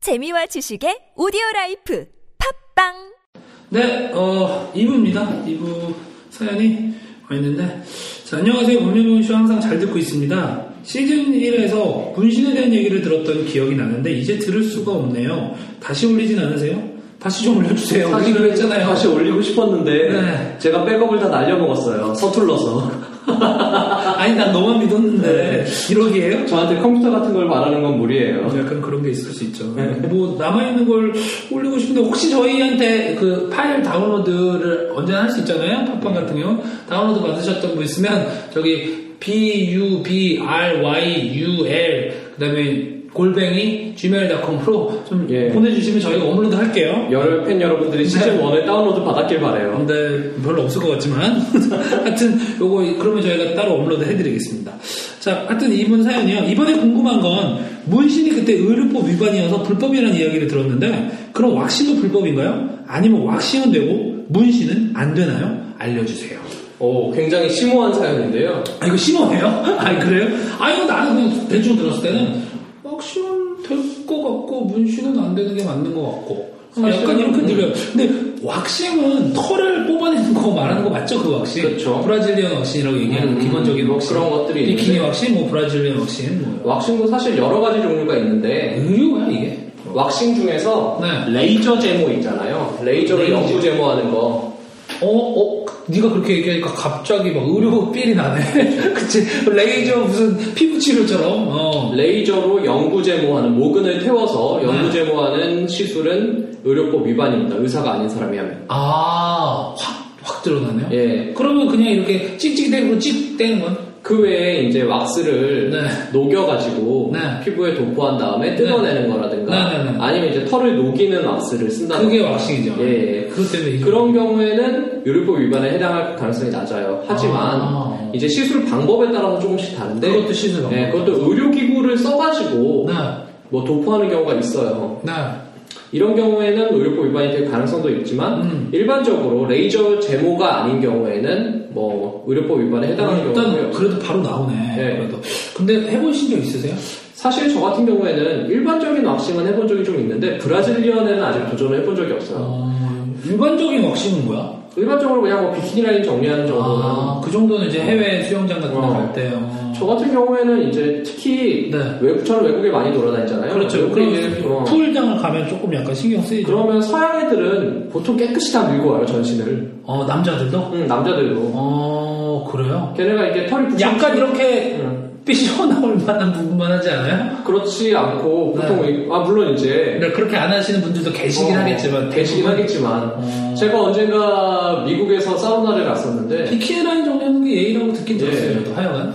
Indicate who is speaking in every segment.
Speaker 1: 재미와 지식의 오디오 라이프 팝빵
Speaker 2: 네, 어, 2부입니다. 2부 사연이 와 있는데. 자, 안녕하세요. 문명훈 쇼 항상 잘 듣고 있습니다. 시즌 1에서 분신에 대한 얘기를 들었던 기억이 나는데, 이제 들을 수가 없네요. 다시 올리진 않으세요? 다시 좀 올려주세요.
Speaker 3: 다시
Speaker 2: 올리기로 했잖아요.
Speaker 3: 다시 올리고 싶었는데
Speaker 2: 네.
Speaker 3: 제가 백업을 다 날려먹었어요. 서툴러서
Speaker 2: 아니, 난 너만 믿었는데. 기록이에요?
Speaker 3: 저한테 컴퓨터 같은 걸 말하는 건 무리예요. 네.
Speaker 2: 약간 그런 게 있을 수 있죠. 뭐, 남아있는 걸 올리고 싶은데, 혹시 저희한테 그 파일 다운로드를 언제나 할 수 있잖아요?
Speaker 3: 네.
Speaker 2: 팝빵 같은 경우. 다운로드 받으셨던 분 있으면, 저기, pubyul, 그 다음에 골뱅이 gmail.com으로 좀
Speaker 3: 예.
Speaker 2: 보내주시면 저희가 업로드 할게요.
Speaker 3: 열혈 팬 여러분들이 시즌 1에 다운로드 받았길 바래요.
Speaker 2: 근데 별로 없을 것 같지만 하여튼 요거 그러면 저희가 따로 업로드 해드리겠습니다 자 하여튼 이분 사연이요 이번에 궁금한 건 문신이 그때 의료법 위반이어서 불법이라는 이야기를 들었는데 그럼 왁싱도 불법인가요? 아니면 왁싱은 되고 문신은 안 되나요? 알려주세요
Speaker 3: 오, 굉장히 심오한 사연인데요.
Speaker 2: 아 이거 심오해요? 아 그래요? 아 이거 나는 그냥 대충 들었을 때는 왁싱은 될 것 같고 문신은 안 되는 게 맞는 것 같고 아, 약간
Speaker 3: 사실은,
Speaker 2: 이렇게
Speaker 3: 음.
Speaker 2: 들려요. 근데 왁싱은 털을 뽑아내는 거 말하는 거 맞죠? 그 왁싱?
Speaker 3: 그쵸.
Speaker 2: 브라질리언 왁싱이라고 얘기하는
Speaker 3: 음,
Speaker 2: 기본적인
Speaker 3: 뭐
Speaker 2: 왁싱.
Speaker 3: 그런 것들이
Speaker 2: 비키니
Speaker 3: 있는데.
Speaker 2: 왁싱, 뭐 브라질리언 왁싱, 뭐.
Speaker 3: 왁싱도 사실 여러 가지 종류가 있는데
Speaker 2: 의류야 이게?
Speaker 3: 왁싱 중에서
Speaker 2: 네.
Speaker 3: 레이저 제모 있잖아요. 레이저로
Speaker 2: 레이저.
Speaker 3: 연구 제모하는 거.
Speaker 2: 어, 어, 네가 그렇게 얘기하니까 갑자기 막 의료 삘이 나네. 그치? 레이저 무슨 피부 치료처럼. 어.
Speaker 3: 레이저로 연구 제모하는 모근을 태워서 연구
Speaker 2: 네.
Speaker 3: 제모하는 시술은 의료법 위반입니다. 의사가 아닌 사람이 하면.
Speaker 2: 아, 확, 확 드러나네요.
Speaker 3: 예.
Speaker 2: 그러면 그냥 이렇게 찍찍대고 찍대는 건?
Speaker 3: 그 외에 이제 왁스를
Speaker 2: 네.
Speaker 3: 녹여가지고
Speaker 2: 네.
Speaker 3: 피부에 도포한 다음에 뜯어내는 거라든가
Speaker 2: 네, 네, 네.
Speaker 3: 아니면 이제 털을 녹이는 왁스를 쓴다든가
Speaker 2: 그게 왁싱이죠.
Speaker 3: 예, 예.
Speaker 2: 그것 때문에 이제-
Speaker 3: 그런 경우에는 요리법 위반에 해당할 가능성이 낮아요. 하지만
Speaker 2: 아.
Speaker 3: 이제 시술 방법에 따라서 조금씩 다른데
Speaker 2: 네. 그것도 시술 방법.
Speaker 3: 예, 그것도
Speaker 2: 네.
Speaker 3: 의료기구를 써가지고
Speaker 2: 나,
Speaker 3: 뭐 도포하는 경우가 있어요.
Speaker 2: 나,
Speaker 3: 이런 경우에는 의료법 위반이 될 가능성도 있지만
Speaker 2: 음.
Speaker 3: 일반적으로 레이저 제모가 아닌 경우에는 뭐 의료법 위반에 해당하는 경우고요.
Speaker 2: 일단 그래도 바로 나오네.
Speaker 3: 예.
Speaker 2: 그래도. 근데 해보신 적 있으세요?
Speaker 3: 사실 저 같은 경우에는 일반적인 왁싱은 해본 적이 좀 있는데 브라질리언에는 아직 도전을 해본 적이 없어요.
Speaker 2: 어, 일반적인 왁싱은 뭐야?
Speaker 3: 일반적으로 그냥 뭐 비키니 라인 정리하는 정도는
Speaker 2: 아, 그 정도는 이제 해외 수영장 같은
Speaker 3: 어.
Speaker 2: 데갈 때. 어.
Speaker 3: 저 같은 경우에는 이제 특히
Speaker 2: 네.
Speaker 3: 외국 저는 외국에 많이 돌아다니잖아요.
Speaker 2: 그렇죠.
Speaker 3: 외국에
Speaker 2: 그럼
Speaker 3: 이제, 어,
Speaker 2: 풀장을 가면 조금 약간 신경 쓰이죠.
Speaker 3: 그러면 서양 애들은 보통 깨끗이 다 밀고 와요 전신을.
Speaker 2: 어, 남자들도?
Speaker 3: 응, 남자들도.
Speaker 2: 어, 그래요?
Speaker 3: 걔네가 이렇게 털이 부셔.
Speaker 2: 약간 이렇게
Speaker 3: 응.
Speaker 2: 삐져나올 만한 부분만 하지 않아요?
Speaker 3: 그렇지 않고 보통 이- 아 물론 이제
Speaker 2: 근데 네, 그렇게 안 하시는 분들도 계시긴
Speaker 3: 어,
Speaker 2: 네. 하겠지만
Speaker 3: 계시긴 하겠지만
Speaker 2: 어.
Speaker 3: 제가 언젠가 미국에서 사우나를 갔었는데
Speaker 2: 비키라인 네, 정리하는 게 예의라고 듣긴
Speaker 3: 예.
Speaker 2: 들었어요. 저도 하여간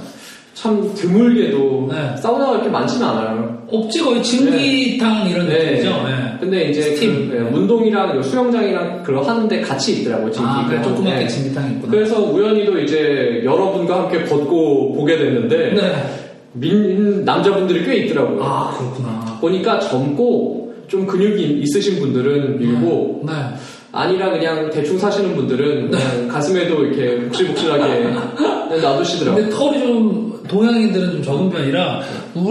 Speaker 3: 참 드물게도
Speaker 2: 네.
Speaker 3: 사우나가 이렇게 많지는 않아요.
Speaker 2: 없지 거의 증기탕 이런 느낌이죠. 예.
Speaker 3: 근데 이제
Speaker 2: 스팀.
Speaker 3: 그, 예, 운동이랑 그 수영장이랑 그걸 하는데 같이 있더라고 지금.
Speaker 2: 아, 그래 조그맣게
Speaker 3: 예.
Speaker 2: 증기탕 있구나.
Speaker 3: 그래서 우연히도 이제 여러분과 함께 걷고 보게 됐는데
Speaker 2: 네.
Speaker 3: 민 남자분들이 꽤 있더라고요.
Speaker 2: 아 그렇구나.
Speaker 3: 보니까 젊고 좀 근육이 있으신 분들은 밀고
Speaker 2: 네.
Speaker 3: 아니라 그냥 대충 사시는 분들은 그냥 가슴에도 이렇게 복실복실하게 그냥 놔두시더라고요.
Speaker 2: 근데 털이 좀 동양인들은 좀 적은 편이라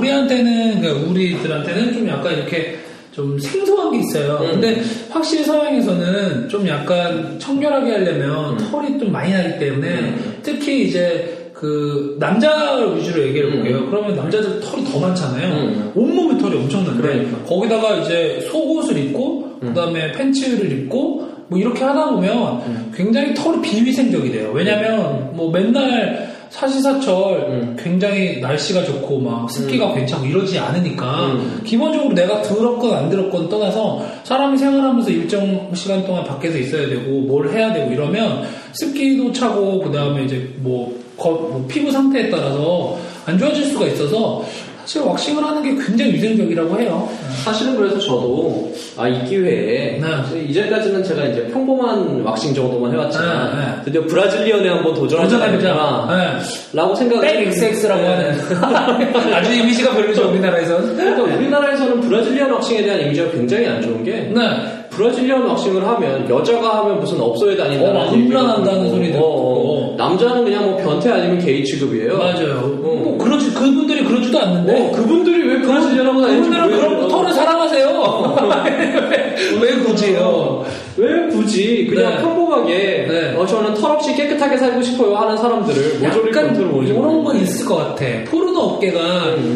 Speaker 2: 우리한테는 그러니까 우리들한테는 좀 약간 이렇게 좀 생소한 게 있어요.
Speaker 3: 음.
Speaker 2: 근데 확실히 서양에서는 좀 약간 청결하게 하려면 털이 좀 많이 나기 때문에
Speaker 3: 음.
Speaker 2: 특히 이제 그 남자 위주로 얘기해 볼게요. 그러면 남자들 털이 더 많잖아요.
Speaker 3: 음.
Speaker 2: 온몸에 털이 엄청난데
Speaker 3: 그러니까.
Speaker 2: 거기다가 이제 속옷을 입고 그다음에 팬츠를 입고 뭐 이렇게 하다 보면 굉장히 털이 비위생적이 돼요. 왜냐면 뭐 맨날 사시사철
Speaker 3: 음.
Speaker 2: 굉장히 날씨가 좋고 막 습기가 괜찮고 이러지 않으니까
Speaker 3: 음.
Speaker 2: 기본적으로 내가 들었건 안 들었건 떠나서 사람이 생활하면서 일정 시간 동안 밖에서 있어야 되고 뭘 해야 되고 이러면 습기도 차고 그 다음에 이제 뭐, 거- 뭐 피부 상태에 따라서 안 좋아질 수가 있어서 사실 왁싱을 하는 게 굉장히 위생적이라고 해요.
Speaker 3: 사실은 그래서 저도 아 이 기회에
Speaker 2: 네.
Speaker 3: 사실 이제까지는 제가 이제 평범한 왁싱 정도만 해왔지만
Speaker 2: 네, 네.
Speaker 3: 드디어 브라질리언에 한번 도전해보자라고
Speaker 2: 도전해보자. 네.
Speaker 3: 생각을
Speaker 2: 백 XX라고 하는 네. 아주 네. 이미지가 별로죠 우리나라에선.
Speaker 3: 그러니까 우리나라에서는 브라질리언 왁싱에 대한 이미지가 굉장히 안 좋은 게
Speaker 2: 네.
Speaker 3: 브라질리언 왁싱을 하면 여자가 하면 무슨 업소에 다닌다는
Speaker 2: 어, 막
Speaker 3: 얘기도
Speaker 2: 음란한다는
Speaker 3: 있고,
Speaker 2: 소리도
Speaker 3: 어,
Speaker 2: 있고.
Speaker 3: 어. 남자는 그냥 뭐 변태 아니면 게이 취급이에요
Speaker 2: 맞아요.
Speaker 3: 어.
Speaker 2: 뭐 그러지 그분들이 그러지도 않는데.
Speaker 3: 어, 그분들이 왜 브라질리언 하고 다니는지
Speaker 2: 그분들은 그런
Speaker 3: 모르겠어요.
Speaker 2: 털을 사랑하세요. 왜 굳이요?
Speaker 3: 왜 굳이 그냥
Speaker 2: 네.
Speaker 3: 평범하게
Speaker 2: 네.
Speaker 3: 어, 저는 털없이 깨끗하게 살고 싶어요 하는 사람들을 모조리
Speaker 2: 약간
Speaker 3: 컨트롤 모조
Speaker 2: 이런 건 있을 것 같아. 포르노 업계가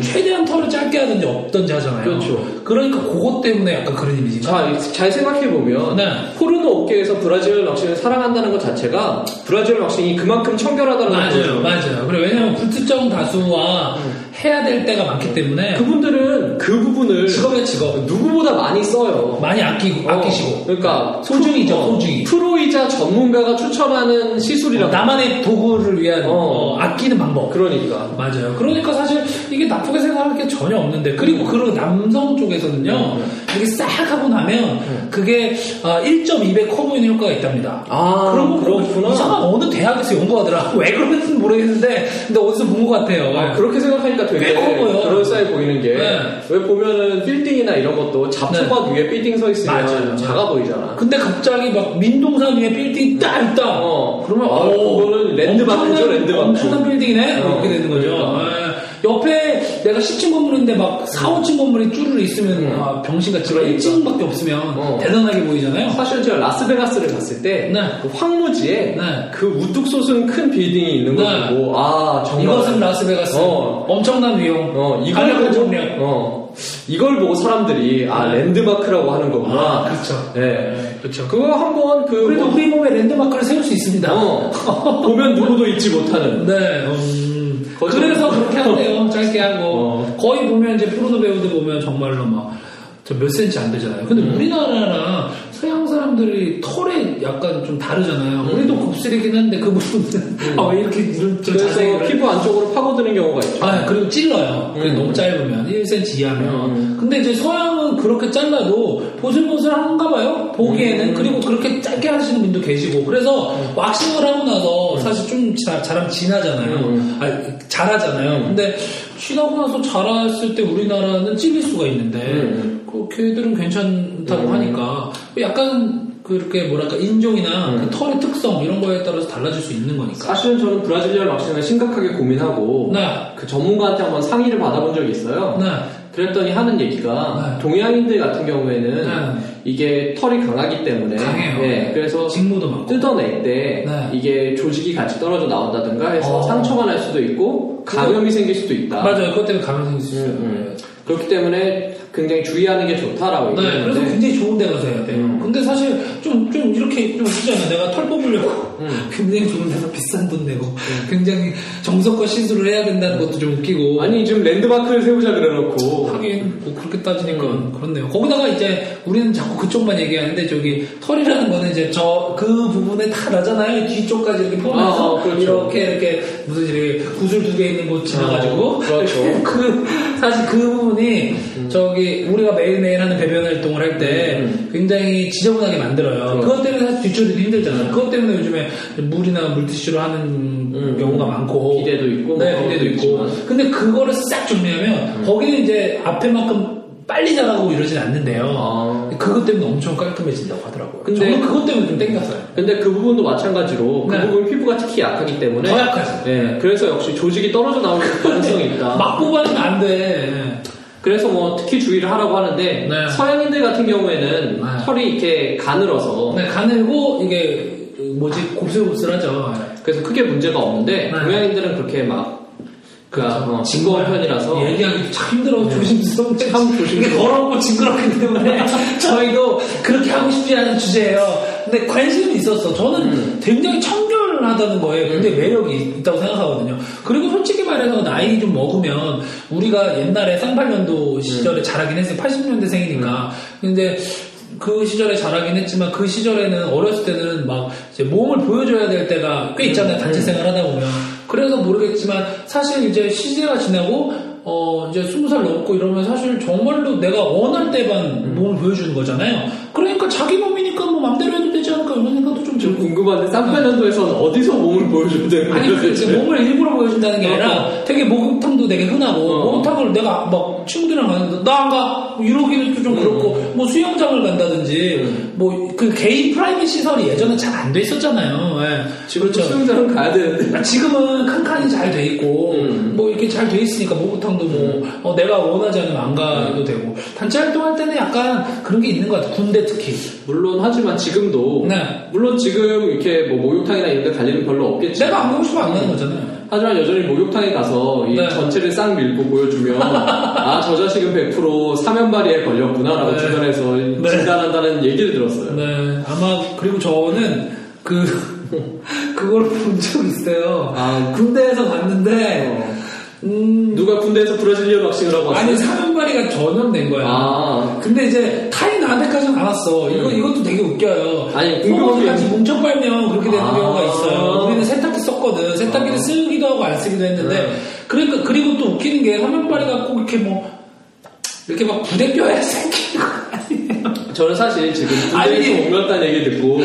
Speaker 2: 최대한 털을 짧게 하든지 없든지 하잖아요.
Speaker 3: 그렇죠.
Speaker 2: 음. 그러니까 그것 때문에 약간 그런 이미지가.
Speaker 3: 자, 잘 생각해보면
Speaker 2: 네.
Speaker 3: 포르노 업계에서 브라질 왁싱을 사랑한다는 것 자체가 브라질 왁싱이 그만큼 청결하다는
Speaker 2: 맞아요, 음.
Speaker 3: 거죠.
Speaker 2: 맞아요. 그래 왜냐하면 불특정 다수와 해야 될 때가 많기 때문에
Speaker 3: 그분들은 그 부분을
Speaker 2: 직업의 직업
Speaker 3: 누구보다 많이 써요.
Speaker 2: 많이 아끼고
Speaker 3: 어,
Speaker 2: 아끼시고.
Speaker 3: 그러니까
Speaker 2: 소중이죠,
Speaker 3: 프로-
Speaker 2: 소중이. 어,
Speaker 3: 프로이자 전문가가 추천하는 시술이라고.
Speaker 2: 나만의 도구를 위한
Speaker 3: 어.
Speaker 2: 어, 아끼는 방법.
Speaker 3: 그러니까.
Speaker 2: 맞아요. 그러니까 사실 이게 나쁘게 생각할 게 전혀 없는데 그리고 그런 남성 쪽에서는요 이렇게 싹 하고 나면 그게 1.2배 커 보이는 효과가 있답니다.
Speaker 3: 아,
Speaker 2: 그런 거
Speaker 3: 그렇구나.
Speaker 2: 이상한 어느 대학에서 연구하더라. 왜 그런지는 모르겠는데 근데 어디서 본 것 같아요.
Speaker 3: 아, 그렇게 생각하니까 되게
Speaker 2: 꽤 커보여요.
Speaker 3: 그럴싸해 보이는 게,
Speaker 2: 네.
Speaker 3: 왜 보면은 빌딩이나 이런 것도 잡초밭 위에 빌딩 서 있으면
Speaker 2: 맞아요.
Speaker 3: 작아 보이잖아.
Speaker 2: 근데 갑자기 막 민동산 위에 빌딩 딱 있다.
Speaker 3: 어.
Speaker 2: 그러면
Speaker 3: 아, 그거는 랜드마크죠,
Speaker 2: 엄청난-
Speaker 3: 랜드마크.
Speaker 2: 엄청난 빌딩이네.
Speaker 3: 어,
Speaker 2: 이렇게 되는 거죠.
Speaker 3: 그러니까.
Speaker 2: 예. 옆에 내가 10층 건물인데 막 4, 5층 건물이 쭈르르 있으면 아, 병신같이 막
Speaker 3: 음. 그러니까.
Speaker 2: 1층밖에 없으면
Speaker 3: 어.
Speaker 2: 대단하게 보이잖아요.
Speaker 3: 사실 제가 라스베가스를 갔을 때,
Speaker 2: 네.
Speaker 3: 그 황무지에
Speaker 2: 네.
Speaker 3: 그 우뚝 솟은 큰 빌딩이 있는 거
Speaker 2: 네.
Speaker 3: 보고, 아, 정말.
Speaker 2: 이것은 라스베가스.
Speaker 3: 어.
Speaker 2: 엄청난 위용.
Speaker 3: 어, 이걸
Speaker 2: 강력한
Speaker 3: 보고,
Speaker 2: 정력.
Speaker 3: 어, 이걸 보고 사람들이, 아, 랜드마크라고 하는 거구나.
Speaker 2: 네. 아, 그렇죠.
Speaker 3: 어. 네.
Speaker 2: 그렇죠.
Speaker 3: 그거 한번 그,
Speaker 2: 그래도
Speaker 3: 뭐,
Speaker 2: 우리 몸에 랜드마크를 세울 수 있습니다.
Speaker 3: 어, 보면 누구도 잊지 못하는.
Speaker 2: 네. 음,
Speaker 3: 거짓말.
Speaker 2: 그래서 그렇게 한대요. 짧게 하고.
Speaker 3: 어.
Speaker 2: 거의 보면 이제 프로노 배우들 보면 정말로 막. 저 몇 센치 안 되잖아요. 근데
Speaker 3: 음.
Speaker 2: 우리나라랑 서양 사람들이 털에 약간 좀 다르잖아요.
Speaker 3: 음.
Speaker 2: 우리도 곱슬이긴 한데 그 부분은 아 왜 이렇게 이런 좀
Speaker 3: 그래서
Speaker 2: 자세히 그래?
Speaker 3: 피부 안쪽으로 파고드는 경우가 있죠.
Speaker 2: 아 그리고 찔러요. 그게
Speaker 3: 음.
Speaker 2: 너무 짧으면 1cm 이하면.
Speaker 3: 음.
Speaker 2: 근데 이제 서양은 그렇게 잘라도 보슬보슬한가 봐요. 보기에는
Speaker 3: 음.
Speaker 2: 그리고 그렇게 짧게 하시는 분도 계시고 그래서 왁싱을 하고 나서 사실 좀 자, 자람 진하잖아요.
Speaker 3: 음.
Speaker 2: 아 잘하잖아요. 근데 지나고 나서 자랐을 때 우리나라는 찔릴 수가 있는데
Speaker 3: 음.
Speaker 2: 그 걔들은 괜찮다고
Speaker 3: 음.
Speaker 2: 하니까 약간 그렇게 뭐랄까 인종이나
Speaker 3: 음.
Speaker 2: 그 털의 특성 이런 거에 따라서 달라질 수 있는 거니까.
Speaker 3: 사실은 저는 브라질리언 왁싱을 심각하게 고민하고
Speaker 2: 네.
Speaker 3: 그 전문가한테 한번 상의를 받아본 적이 있어요.
Speaker 2: 네.
Speaker 3: 그랬더니 하는 얘기가
Speaker 2: 네.
Speaker 3: 동양인들 같은 경우에는
Speaker 2: 네.
Speaker 3: 이게 털이 강하기 때문에
Speaker 2: 강해요.
Speaker 3: 네, 그래서
Speaker 2: 직무도 많고.
Speaker 3: 뜯어낼 때
Speaker 2: 네.
Speaker 3: 이게 조직이 같이 떨어져 나온다든가 해서
Speaker 2: 어.
Speaker 3: 상처가 날 수도 있고 감염이 생길 수도 있다.
Speaker 2: 맞아요. 그것 때문에 감염 생길 수 있어요.
Speaker 3: 음, 음. 그렇기 때문에 굉장히 주의하는 게 좋다라고
Speaker 2: 네, 그래서
Speaker 3: 얘기했는데
Speaker 2: 굉장히 좋은 데 가서 해야 돼요.
Speaker 3: 음.
Speaker 2: 근데 사실 좀, 좀 이렇게 좀 쓰잖아요. 내가 털 뽑으려고
Speaker 3: 음.
Speaker 2: 굉장히 좋은 데서 비싼 돈 내고 굉장히 정석과 시술을 해야 된다는 것도 좀 웃기고.
Speaker 3: 아니 지금 랜드마크를 세우자 그래놓고
Speaker 2: 하긴 뭐 그렇게 따지니까 그렇네요. 거기다가 이제 우리는 자꾸 그쪽만 얘기하는데 저기 털이라는 거는 이제 저 그 부분에 다 나잖아요. 뒤쪽까지 이렇게 포함해서
Speaker 3: 아, 아, 그렇죠.
Speaker 2: 이렇게 이렇게 무슨 이렇게 구슬 두 개 있는 곳 지나가지고
Speaker 3: 아, 그렇죠.
Speaker 2: 그 사실 그 부분이 저기 우리가 매일매일 하는 배변 활동을 할 때
Speaker 3: 음.
Speaker 2: 굉장히 지저분하게 만들어요.
Speaker 3: 그렇죠. 음.
Speaker 2: 그것 때문에 사실 뒤처리도 힘들잖아요. 그것 때문에 요즘에 물이나 물티슈로 하는 경우가 많고
Speaker 3: 음. 기대도 있고
Speaker 2: 네,
Speaker 3: 뭐
Speaker 2: 기대도 있고
Speaker 3: 있지만.
Speaker 2: 근데 그거를 싹 정리하면
Speaker 3: 음.
Speaker 2: 거기는 이제 앞에만큼 빨리 자라고 이러진 않는데요.
Speaker 3: 아.
Speaker 2: 그것 때문에 엄청 깔끔해진다고 하더라고요.
Speaker 3: 근데-
Speaker 2: 근데 저는 그것 때문에 좀 땡겼어요.
Speaker 3: 근데 그 부분도 마찬가지로 그
Speaker 2: 네.
Speaker 3: 부분 피부가 특히 약하기 때문에
Speaker 2: 더 약하죠. 네.
Speaker 3: 예, 그래서 역시 조직이 떨어져 나올 가능성이 있다.
Speaker 2: 막 뽑아내면 안 돼.
Speaker 3: 그래서 뭐 특히 주의를 하라고 하는데
Speaker 2: 네.
Speaker 3: 서양인들 같은 경우에는
Speaker 2: 네.
Speaker 3: 털이 이렇게 가늘어서
Speaker 2: 네, 가늘고 이게 뭐지 곱슬곱슬하죠.
Speaker 3: 그래서 크게 문제가 없는데
Speaker 2: 네. 그렇죠.
Speaker 3: 동양인들은 그렇게 막 그러니까 어, 징거운 편이라서 네.
Speaker 2: 얘기하기 참 힘들어 조심스러운
Speaker 3: 참 조심스러워.
Speaker 2: 이게 더럽고 징그럽기 때문에 저희도 그렇게 하고 싶지 않은 주제예요 근데 관심이 있었어 저는
Speaker 3: 음.
Speaker 2: 굉장히 청결하다는 거에 굉장히 매력이 있다고 생각하거든요 그리고 솔직히 말해서 나이 좀 먹으면 우리가 옛날에 쌍팔년도 시절에
Speaker 3: 음.
Speaker 2: 자라긴 했어요 80년대생이니까 근데 그 시절에 자라긴 했지만 그 시절에는 어렸을 때는 막 이제 몸을 보여줘야 될 때가 꽤 있잖아요 단체 생활하다 보면 그래서 모르겠지만 사실 이제 시대가 지나고 어 이제 스무 살 넘고 이러면 사실 정말로 내가 원할 때만 몸을 보여주는 거잖아요 그러니까 자기 몸이니까 뭐 맘대로 해도 되지 않을까 이런 생각도 좀 들고
Speaker 3: 궁금한데 쌍팔년도에서는 어디서 몸을 보여줘야 되는
Speaker 2: 네. 아니 그렇죠.
Speaker 3: 거예요?
Speaker 2: 그렇지 몸을 일부러 보여준다는 게 아니라 되게 목욕탕도 되게 흔하고
Speaker 3: 어.
Speaker 2: 목욕탕을 내가
Speaker 3: 음.
Speaker 2: 막 친구들이랑 가는데 나 안 가 이러기는 좀 그렇고 뭐 수영장을 뭐 간다든지 뭐 그 개인 프라이빗 시설이 예전에 잘 안 돼 있었잖아요. 예.
Speaker 3: 지금 수영장은 가야 되는데.
Speaker 2: 아, 지금은 칸칸이 잘 돼 있고
Speaker 3: 음.
Speaker 2: 뭐 이렇게 잘 돼 있으니까 목욕탕도 뭐 어, 내가 원하지 않으면 안
Speaker 3: 음.
Speaker 2: 가도 되고 단체 활동할 때는 약간 그런 게 있는 것 같아 군대 특히
Speaker 3: 물론 하지만 지금도
Speaker 2: 네.
Speaker 3: 물론 지금 이렇게 뭐 목욕탕이나 이런 데 갈 일은 별로 없겠지.
Speaker 2: 내가 안 가고 싶으면 안 가는 거잖아요
Speaker 3: 하지만 여전히 목욕탕에 가서 이
Speaker 2: 네.
Speaker 3: 전체를 싹 밀고 보여주면 아 저 자식은 100% 사면발이에 걸렸구나라고
Speaker 2: 네.
Speaker 3: 주변에서 진단한다는 얘기를 들었어요.
Speaker 2: 네 아마 그리고 저는 그 그걸 본 적 있어요
Speaker 3: 아.
Speaker 2: 군대에서 봤는데
Speaker 3: 어.
Speaker 2: 음
Speaker 3: 누가 군대에서 브라질리언 왁싱을 하고 왔어요?
Speaker 2: 네. 아니 네. 사면발이가 전염된 거야
Speaker 3: 아,
Speaker 2: 근데 이제 타이 나한테까지는 알았어. 이거
Speaker 3: 음.
Speaker 2: 이것도 되게 웃겨요.
Speaker 3: 아니,
Speaker 2: 공격이
Speaker 3: 공격이-
Speaker 2: 같이 뭉쳐 빨면 그렇게 되는
Speaker 3: 아.
Speaker 2: 경우가 있어요. 우리는 세탁기 썼거든. 세탁기를
Speaker 3: 아.
Speaker 2: 쓰기도 하고 안 쓰기도 했는데
Speaker 3: 네.
Speaker 2: 그러니까 그리고 또 웃기는 게 화면발이가 꼭 이렇게 뭐 이렇게 막 부대뼈에 생긴 거 아니에요.
Speaker 3: 저는 사실 지금
Speaker 2: 아니. 네.
Speaker 3: 군대에서 옮겼다는 얘기 듣고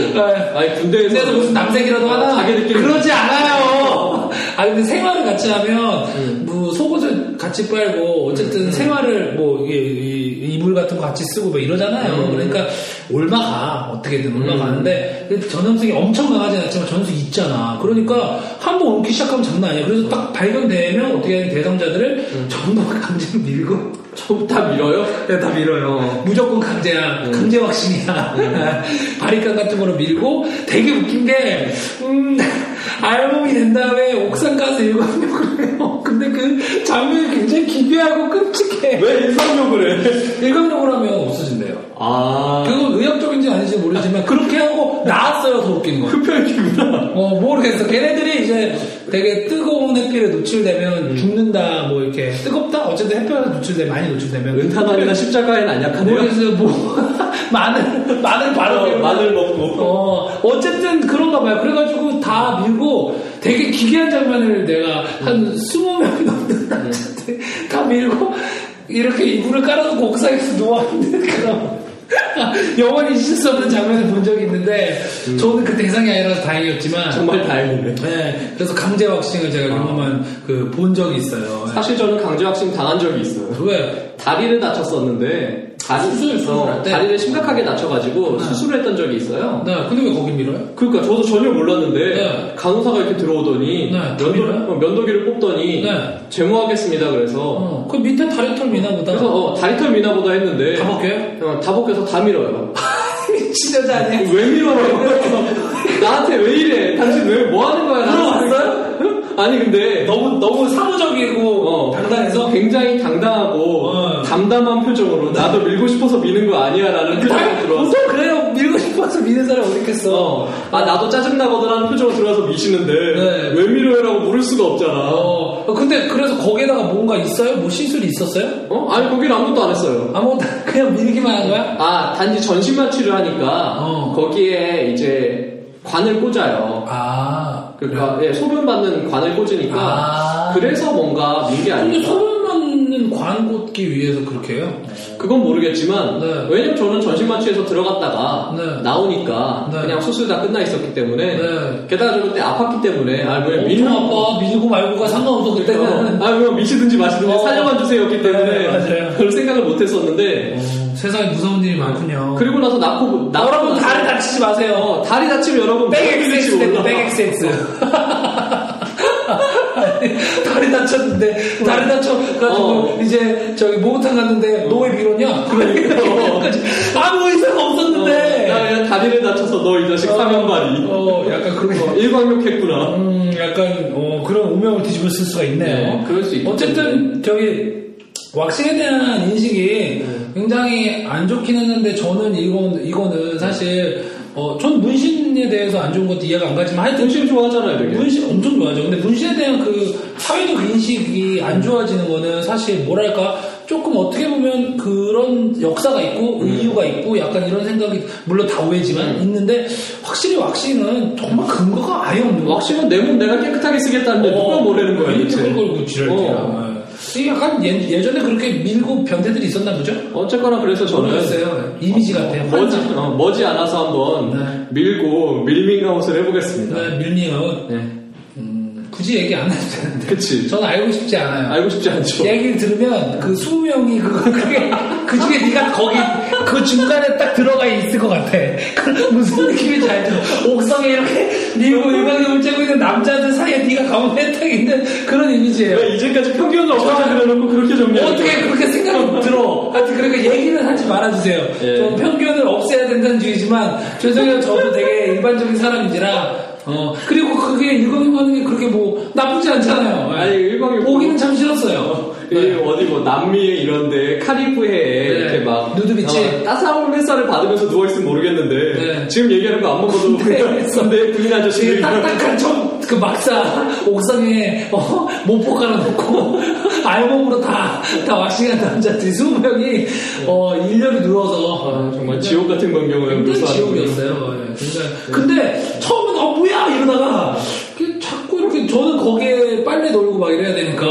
Speaker 3: 아니 군대에서
Speaker 2: 군대에서 무슨 남색이라도 하나?
Speaker 3: 자기들끼리
Speaker 2: 그러지 않아요. 아 근데 생활을 같이 하면 뭐 속옷을 같이 빨고 어쨌든
Speaker 3: 음.
Speaker 2: 생활을 뭐 이, 이- 이불 같은 거 같이 쓰고 뭐 이러잖아요.
Speaker 3: 음.
Speaker 2: 그러니까 올라가 어떻게든 올라가는데
Speaker 3: 음.
Speaker 2: 근데 전염성이 엄청 강하진 않지만 전염성 이 있잖아. 그러니까 한 번 옮기 시작하면 장난 아니야. 그래서 딱 발견되면 어떻게 하든 대상자들을 전부 강제로 밀고
Speaker 3: 음. 전부 다 밀어요?
Speaker 2: 네, 다 밀어요. 무조건 강제야.
Speaker 3: 네.
Speaker 2: 강제 확신이야. 바리깡 같은 거로 밀고 되게 웃긴 게, 음, 알몸이 된 다음에 옥상 가서 일곱 명을 해요. 근데 그 장면이 굉장히 기괴하고 끔찍해.
Speaker 3: 왜 인상욕을 해?
Speaker 2: 일곱 명을 하면 없어진대요.
Speaker 3: 아
Speaker 2: 그건 의학적인지 아닌지 모르지만 그렇게 하고 나왔어요. 더 웃긴 건.
Speaker 3: 흡혈귀구나
Speaker 2: 어, 모르겠어. 걔네들이 이제 되게 뜨거운 햇빛에 노출되면
Speaker 3: 음.
Speaker 2: 죽는다, 뭐 이렇게. 뜨겁다? 어쨌든 햇볕에 노출되면, 많이 노출되면.
Speaker 3: 은탄환이나 십자가에는 안 약하네요
Speaker 2: 모르겠어요. 뭐 마늘 마늘 바로
Speaker 3: 마늘 먹고
Speaker 2: 어 어쨌든 그런가 봐요. 그래가지고 다 밀고 되게 기괴한 장면을 내가 한
Speaker 3: 음.
Speaker 2: 스무 명이
Speaker 3: 네.
Speaker 2: 넘는 남자한테 다 밀고 이렇게 이불을 깔아놓고 옥상에서 누워있는 그런 영원히 잊을 수 없는 장면을 본 적이 있는데
Speaker 3: 음.
Speaker 2: 저는 그 대상이 아니라서 다행이었지만
Speaker 3: 정말 다행이네
Speaker 2: 네, 그래서 강제 왁싱을 제가
Speaker 3: 아.
Speaker 2: 경험한 그 본 적이 있어요.
Speaker 3: 사실 저는 강제학심 당한 적이 있어요
Speaker 2: 왜?
Speaker 3: 다리를 다쳤었는데 다리,
Speaker 2: 수술, 수술
Speaker 3: 어,
Speaker 2: 할 때? 네.
Speaker 3: 다리를 심각하게 다쳐가지고 수술을 했던 적이 있어요
Speaker 2: 나 근데 왜 거기 밀어요?
Speaker 3: 그러니까 저도 전혀 몰랐는데
Speaker 2: 네.
Speaker 3: 간호사가 이렇게 들어오더니
Speaker 2: 네,
Speaker 3: 면도,
Speaker 2: 들어요?
Speaker 3: 어, 면도기를 뽑더니
Speaker 2: 네.
Speaker 3: 제모하겠습니다 그래서
Speaker 2: 어, 그 밑에 다리털 미나보다.
Speaker 3: 그래서 어, 다리털 미나보다 했는데
Speaker 2: 다 벗겨요?
Speaker 3: 어, 다 벗겨서 다 밀어요
Speaker 2: 미친 여자 아니야?
Speaker 3: 왜 밀어요? 나한테 왜 이래? 당신 왜 뭐 하는 거야? 물어봤어요? 아니 근데
Speaker 2: 너무 너무 사무적이고
Speaker 3: 어,
Speaker 2: 당당해서
Speaker 3: 굉장히 당당하고
Speaker 2: 어.
Speaker 3: 담담한 표정으로 나도 밀고 싶어서 미는 거 아니야 라는
Speaker 2: 그
Speaker 3: 표정으로 들어왔어
Speaker 2: 보통 그래요 밀고 싶어서 미는 사람 어디 있겠어
Speaker 3: 어, 아 나도 짜증나거든 하는 표정으로 들어와서 미시는데
Speaker 2: 네.
Speaker 3: 왜 밀어요? 라고 물을 수가 없잖아
Speaker 2: 어 근데 그래서 거기에다가 뭔가 있어요? 뭐 시술이 있었어요?
Speaker 3: 어? 아니 거기는 아무것도 안 했어요
Speaker 2: 아무것도 안- 그냥 밀기만 한 거야?
Speaker 3: 아 단지 전신 마취를 하니까
Speaker 2: 어.
Speaker 3: 거기에 이제 관을 꽂아요
Speaker 2: 아
Speaker 3: 그러니까 예, 소변 받는 관을 꽂으니까
Speaker 2: 아.
Speaker 3: 그래서 뭔가 민게
Speaker 2: 근데
Speaker 3: 아닐까
Speaker 2: 소문 맞는 관 꽂기 위해서 그렇게 해요?
Speaker 3: 그건 모르겠지만
Speaker 2: 네.
Speaker 3: 왜냐면 저는 전신 마취에서 들어갔다가
Speaker 2: 네.
Speaker 3: 나오니까
Speaker 2: 네.
Speaker 3: 그냥 수술 다 끝나 있었기 때문에
Speaker 2: 네.
Speaker 3: 게다가 저 그때 아팠기 때문에 아왜
Speaker 2: 뭐 엄청 아빠 네, 밀고 말고가 상관없어 그때는
Speaker 3: 아왜 미치든지 마시든지
Speaker 2: 어.
Speaker 3: 살려만 주세요였기
Speaker 2: 네,
Speaker 3: 때문에
Speaker 2: 맞아요.
Speaker 3: 별 생각을 못했었는데
Speaker 2: 세상에 무서운 일이 많군요
Speaker 3: 그리고 나서 낳고 낳고
Speaker 2: 어. 여러분
Speaker 3: 나서
Speaker 2: 어. 다리 다치지 마세요
Speaker 3: 어, 다리 다치면 여러분
Speaker 2: 백엑센스
Speaker 3: 몰라.
Speaker 2: 됐다, 백엑센스. 다리 다쳤는데, 다리 다쳐가지고,
Speaker 3: 어.
Speaker 2: 이제, 저기, 목욕탕 갔는데, 너 왜 밀었냐?
Speaker 3: 그러니까.
Speaker 2: 아무 이상
Speaker 3: 어, 나
Speaker 2: 없었는데.
Speaker 3: 그냥 다리를 다쳐서 너 이 자식 사면발이
Speaker 2: 네. 어, 약간 그런 거.
Speaker 3: 일광욕했구나
Speaker 2: 음, 약간, 어, 그런 오명을 뒤집어 쓸 수가 있네요.
Speaker 3: 네, 그럴 수 있죠.
Speaker 2: 어쨌든, 저기, 왁싱에 대한
Speaker 3: 네.
Speaker 2: 인식이 굉장히 안 좋긴 했는데, 저는 이건, 이거는 사실, 어, 전 문신에 대해서 안 좋은 것도 이해가 안 가지만, 하여튼,
Speaker 3: 음식 좋아하잖아요 되게
Speaker 2: 문신 엄청 좋아하죠. 근데 문신에 대한 그 사회적 인식이 안 좋아지는 거는 사실 뭐랄까 조금 어떻게 보면 그런 역사가 있고
Speaker 3: 음.
Speaker 2: 이유가 있고 약간 이런 생각이 물론 다 오해지만 있는데 확실히 왁싱은 정말 근거가 아예 없는 거.
Speaker 3: 음. 왁싱은 내 몸 내가 깨끗하게 쓰겠다는데
Speaker 2: 어.
Speaker 3: 누가 뭐라는 거야
Speaker 2: 이걸
Speaker 3: 대체
Speaker 2: 걸고 그러니까 지랄이야.
Speaker 3: 어.
Speaker 2: 이게 약간 예, 예전에 그렇게 밀고 변태들이 있었나 보죠?
Speaker 3: 어쨌거나 그래서 저는
Speaker 2: 모르겠어요. 이미지 같아요.
Speaker 3: 머지,
Speaker 2: 환상.
Speaker 3: 네. 어, 머지 않아서 한번 밀고 밀밍아웃을 해보겠습니다
Speaker 2: 네, 밀밍아웃.
Speaker 3: 네.
Speaker 2: 음, 굳이 얘기 안 해도 되는데.
Speaker 3: 그치.
Speaker 2: 저는 알고 싶지 않아요.
Speaker 3: 알고 싶지 않죠.
Speaker 2: 얘기를 들으면 그 20명이 그거 그게 그 중에 네가 거기 그 중간에 딱 들어가 있을 것 같아. 그 무슨 느낌인지 알죠? 옥성에 이렇게 밀고 일방적으로 째고 있는 남자들 사이에 네가 가운데 딱 있는 그런 이미지예요.
Speaker 3: 이제까지 편견을 없다 그래놓고 그렇게 정리하고
Speaker 2: 어떻게 그렇게 생각이 들어? 하여튼 그러니까 얘기는 하지 말아주세요.
Speaker 3: 예.
Speaker 2: 좀 편견을 없애야 된다는 주의지만 죄송해요 저도 되게 일반적인 사람인지라 어 그리고 그게 일광이하는 게 그렇게 뭐 나쁘지 않잖아요.
Speaker 3: 아니, 일광이 뭐-
Speaker 2: 오기는 참 싫었어요.
Speaker 3: 예, 어디 뭐 남미에 이런데 카리브해에
Speaker 2: 네.
Speaker 3: 이렇게 막
Speaker 2: 누드비치.
Speaker 3: 어, 따사로운 햇살을 받으면서 누워있으면 모르겠는데
Speaker 2: 네.
Speaker 3: 지금 얘기하는 거 안 먹어도 근데 부인
Speaker 2: 되게
Speaker 3: 아저씨들이
Speaker 2: 딱딱한 좀 그 막사 옥상에 어? 모포 깔아놓고 알몸으로 다 다 왁싱한 남자들이 20명이 어 일렬이 누워서
Speaker 3: 아, 정말 네. 지옥 같은 광경을
Speaker 2: 굉장히
Speaker 3: 묘사하는
Speaker 2: 지옥이었어요. 예, 굉장히. 근데 처음엔 어 뭐야 이러다가 이렇게 자꾸 이렇게 저는 거기에 빨래 놀고 막 이래야 되니까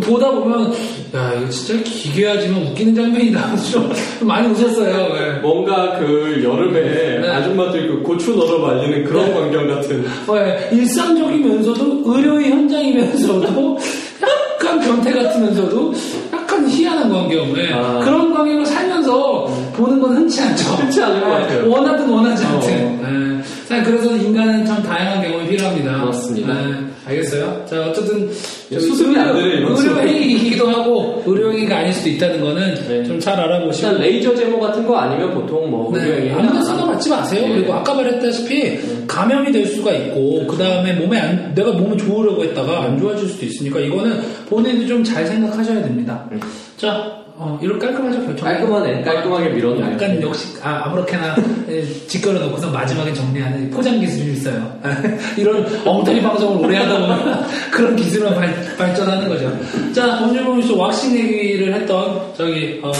Speaker 2: 보다 보면 야 이거 진짜 기괴하지만 웃기는 장면이다. 좀 많이 웃었어요. 예.
Speaker 3: 뭔가 그 여름에
Speaker 2: 네.
Speaker 3: 아줌마들 그 고추 널어 말리는 그런 광경 같은
Speaker 2: 어, 예. 일상적이면서도 의료의 현장이면서도 약간 변태 같으면서도 약간 희한한 광경. 예.
Speaker 3: 아.
Speaker 2: 그런 광경을 살면서 보는 건 흔치 않죠.
Speaker 3: 흔치 않을 것
Speaker 2: 예.
Speaker 3: 같아요.
Speaker 2: 원하든 원하지
Speaker 3: 어.
Speaker 2: 않든. 예. 사실 그래서 인간은 참 다양한 경험이 필요합니다.
Speaker 3: 그렇습니다.
Speaker 2: 예. 알겠어요? 자, 어쨌든.
Speaker 3: 예, 수습이 안 되네, 이런 수습.
Speaker 2: 의료행위이기도 하고, 의료행위가 아닐 수도 있다는 거는
Speaker 3: 네.
Speaker 2: 좀 잘 알아보시고.
Speaker 3: 일단 레이저 제모 같은 거 아니면 보통 뭐
Speaker 2: 네,
Speaker 3: 네.
Speaker 2: 아무 데서나 맞지 마세요.
Speaker 3: 예. 그렇죠.
Speaker 2: 그리고 아까 말했다시피 감염이 될 수가 있고 그 다음에 몸에 안- 내가 몸을 좋으려고 했다가
Speaker 3: 음.
Speaker 2: 안 좋아질 수도 있으니까 이거는 본인도 좀 잘 생각하셔야 됩니다. 자, 어, 이런 깔끔하죠 결정.
Speaker 3: 음. 깔끔하네 깔끔하게 밀었네요
Speaker 2: 약간 역시 아, 아무렇게나 예, 짓거려 놓고서 마지막에 정리하는 포장 기술이 있어요. 이런 엉터리 방송을 오래 하다 보면 그런 기술만 발, 발전하는 거죠. 자, 오늘 보면 또 왁싱 얘기를 했던 저기 어,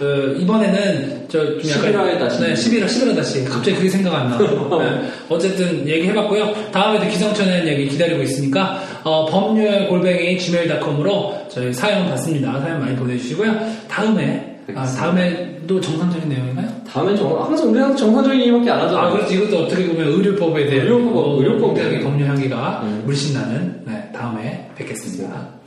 Speaker 2: 어, 이번에는 저좀 약간
Speaker 3: 시비라에 다시.
Speaker 2: 네, 시비라 시비라 다시 갑자기 그게 생각 안 나. 네. 어쨌든 얘기해봤고요. 다음에도 기성천에 얘기 기다리고 있으니까 어, 법률 골뱅이 gmail.com으로 저희 사연 받습니다. 사연 많이 보내주시고요. 다음에 아, 다음에도 정상적인 내용인가요?
Speaker 3: 다음엔 정, 항상 우리랑 정상적인 얘기밖에 안 하잖아
Speaker 2: 아 그렇지 이것도 어떻게 보면 의료법에 대한
Speaker 3: 의료법, 의료법이네.
Speaker 2: 법률 향기가
Speaker 3: 음.
Speaker 2: 물씬 나는 네, 다음에 뵙겠습니다.